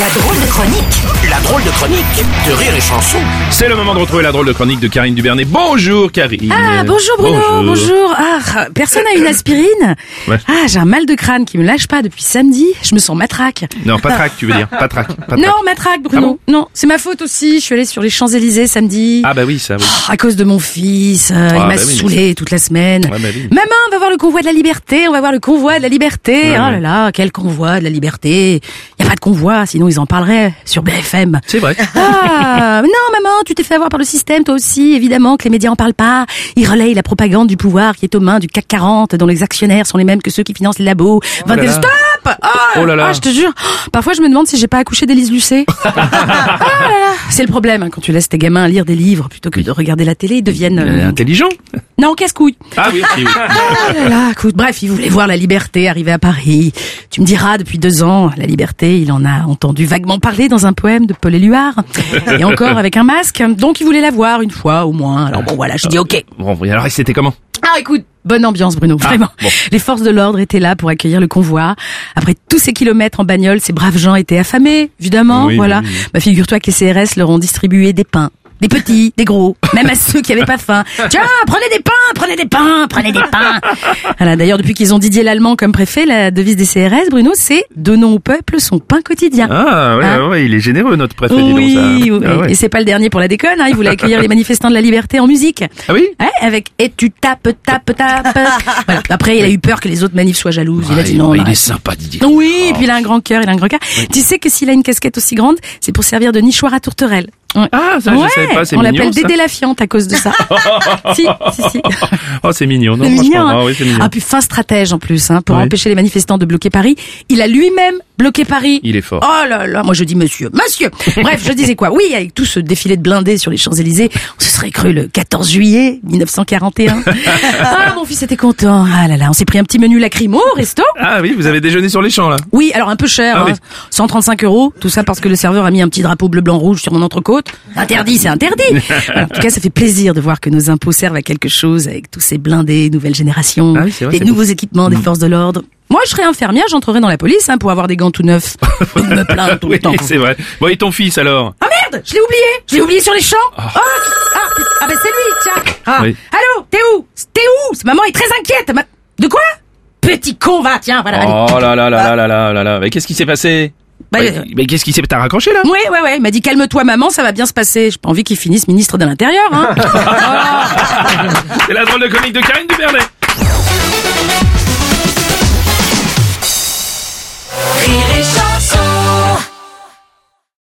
La drôle de chronique La drôle de chronique de Rire et Chanson. C'est le moment de retrouver la drôle de chronique de Karine Dubernay. Bonjour Karine. Ah, bonjour Bruno, bonjour. Ah, personne n'a une aspirine Ouais. Ah, j'ai un mal de crâne qui me lâche pas depuis samedi. Je me sens matraque. Non, pas track, tu veux dire. Pas track. Pas track. Non, matraque, Bruno. non, c'est ma faute aussi. Je suis allée sur les Champs-Élysées samedi. Ah bah oui, ça oui. Ah, À cause de mon fils, euh, il m'a bah oui. saoulé toute la semaine. Ouais, bah oui. Maman, on va voir le convoi de la liberté, on va voir le convoi de la liberté. oh là là, quel convoi de la liberté Y a pas de convoi, sinon ils en parleraient sur BFM. C'est vrai. Ah, mais non, maman, tu t'es fait avoir par le système, toi aussi, évidemment, que les médias en parlent pas. Ils relayent la propagande du pouvoir qui est aux mains du CAC 40, dont les actionnaires sont les mêmes que ceux qui financent les labos. là 22 là. Stop Oh là là. ah, je te jure. Parfois, je me demande si j'ai pas accouché d'Élise Lucet. Ah là là. C'est le problème, hein, quand tu laisses tes gamins lire des livres plutôt que de regarder la télé, ils deviennent... Euh, euh, Intelligent. Non, casse-couille. Ah oui, aussi, oui. Ah là là, écoute, bref, il voulait voir la liberté arriver à Paris. Tu me diras, depuis deux ans, la liberté, il en a entendu vaguement parler dans un poème de Paul Éluard. Et encore avec un masque. Donc il voulait la voir une fois au moins. Alors bon, voilà, je dis ok. Bon, oui, alors c'était comment Ah écoute, bonne ambiance Bruno, vraiment. Ah, bon. Les forces de l'ordre étaient là pour accueillir le convoi. Après tous ces kilomètres en bagnole, ces braves gens étaient affamés, évidemment. Oui, voilà. oui, oui. Bah, figure-toi que les CRS leur ont distribué des pains. Des petits, des gros, même à ceux qui avaient pas faim. Tiens, prenez des pains, prenez des pains, prenez des pains. Voilà, d'ailleurs, depuis qu'ils ont Didier Lallemand comme préfet, la devise des CRS, Bruno, c'est donnons au peuple son pain quotidien. Ah ouais, Ah. ouais, il est généreux notre préfet, dis donc, Oui, ça. oui, Ah, ouais. et c'est pas le dernier pour la déconne. Hein. Il voulait accueillir les manifestants de la liberté en musique. Ah oui Ouais, avec et tu tapes, tapes, tapes. Voilà. Après, il a eu peur que les autres manifs soient jalouses. il a dit non. on arrête. Ah, sympa Didier. Oui, et puis il a un grand cœur, il a un grand cœur. Tu sais que s'il a une casquette aussi grande, c'est pour servir de nichoir à tourterelle. Ouais. Ah, ça, je Ouais, savais pas, c'est On mignon, l'appelle ça. Dédé la fiante à cause de ça. si, si, si. Oh, c'est mignon. Non, C'est franchement, mignon, hein. Ah oui, c'est mignon. Ah, puis fin stratège en plus, hein, pour Oui. empêcher les manifestants de bloquer Paris. Il a lui-même bloqué Paris. Il est fort. Oh là là, moi je dis monsieur, monsieur. Bref, je disais quoi Oui, avec tout ce défilé de blindés sur les Champs-Élysées, on se serait cru le 14 juillet 1941. ah, mon fils était content. Ah là là, on s'est pris un petit menu lacrymo au resto. Ah oui, vous avez déjeuné sur les champs là. Oui, alors un peu cher, Ah hein. oui. 135 euros, tout ça parce que le serveur a mis un petit drapeau bleu, blanc, rouge sur mon entrecôte. Interdit, c'est interdit. Voilà, en tout cas, ça fait plaisir de voir que nos impôts servent à quelque chose avec tous ces blindés, nouvelle génération, Ah oui, c'est Mm. vrai, les c'est nouveaux équipements des forces de l'ordre. Moi, je serais infirmière, j'entrerais dans la police hein, pour avoir des gants tout neufs. Je me plains tout Oui, le temps. c'est vrai. Bon, et ton fils alors Ah merde, je l'ai oublié, je l'ai oublié sur les champs. Oh, qui- ah, qui- ah ben c'est lui, tiens. Ah. Oui. Allô, t'es où T'es où Maman est très inquiète. Ma- De quoi Petit con, va, tiens, voilà. Ah, allez. Oh là là là là là là là là. Mais qu'est-ce qui s'est passé Bah, Mais- euh, Mais qu'est-ce qui s'est T'as raccroché là Ouais, ouais, ouais. Il m'a dit calme-toi, maman, ça va bien se passer. J'ai pas envie qu'il finisse ministre de l'Intérieur, hein. C'est la drôle de comique de Karine Dubernay.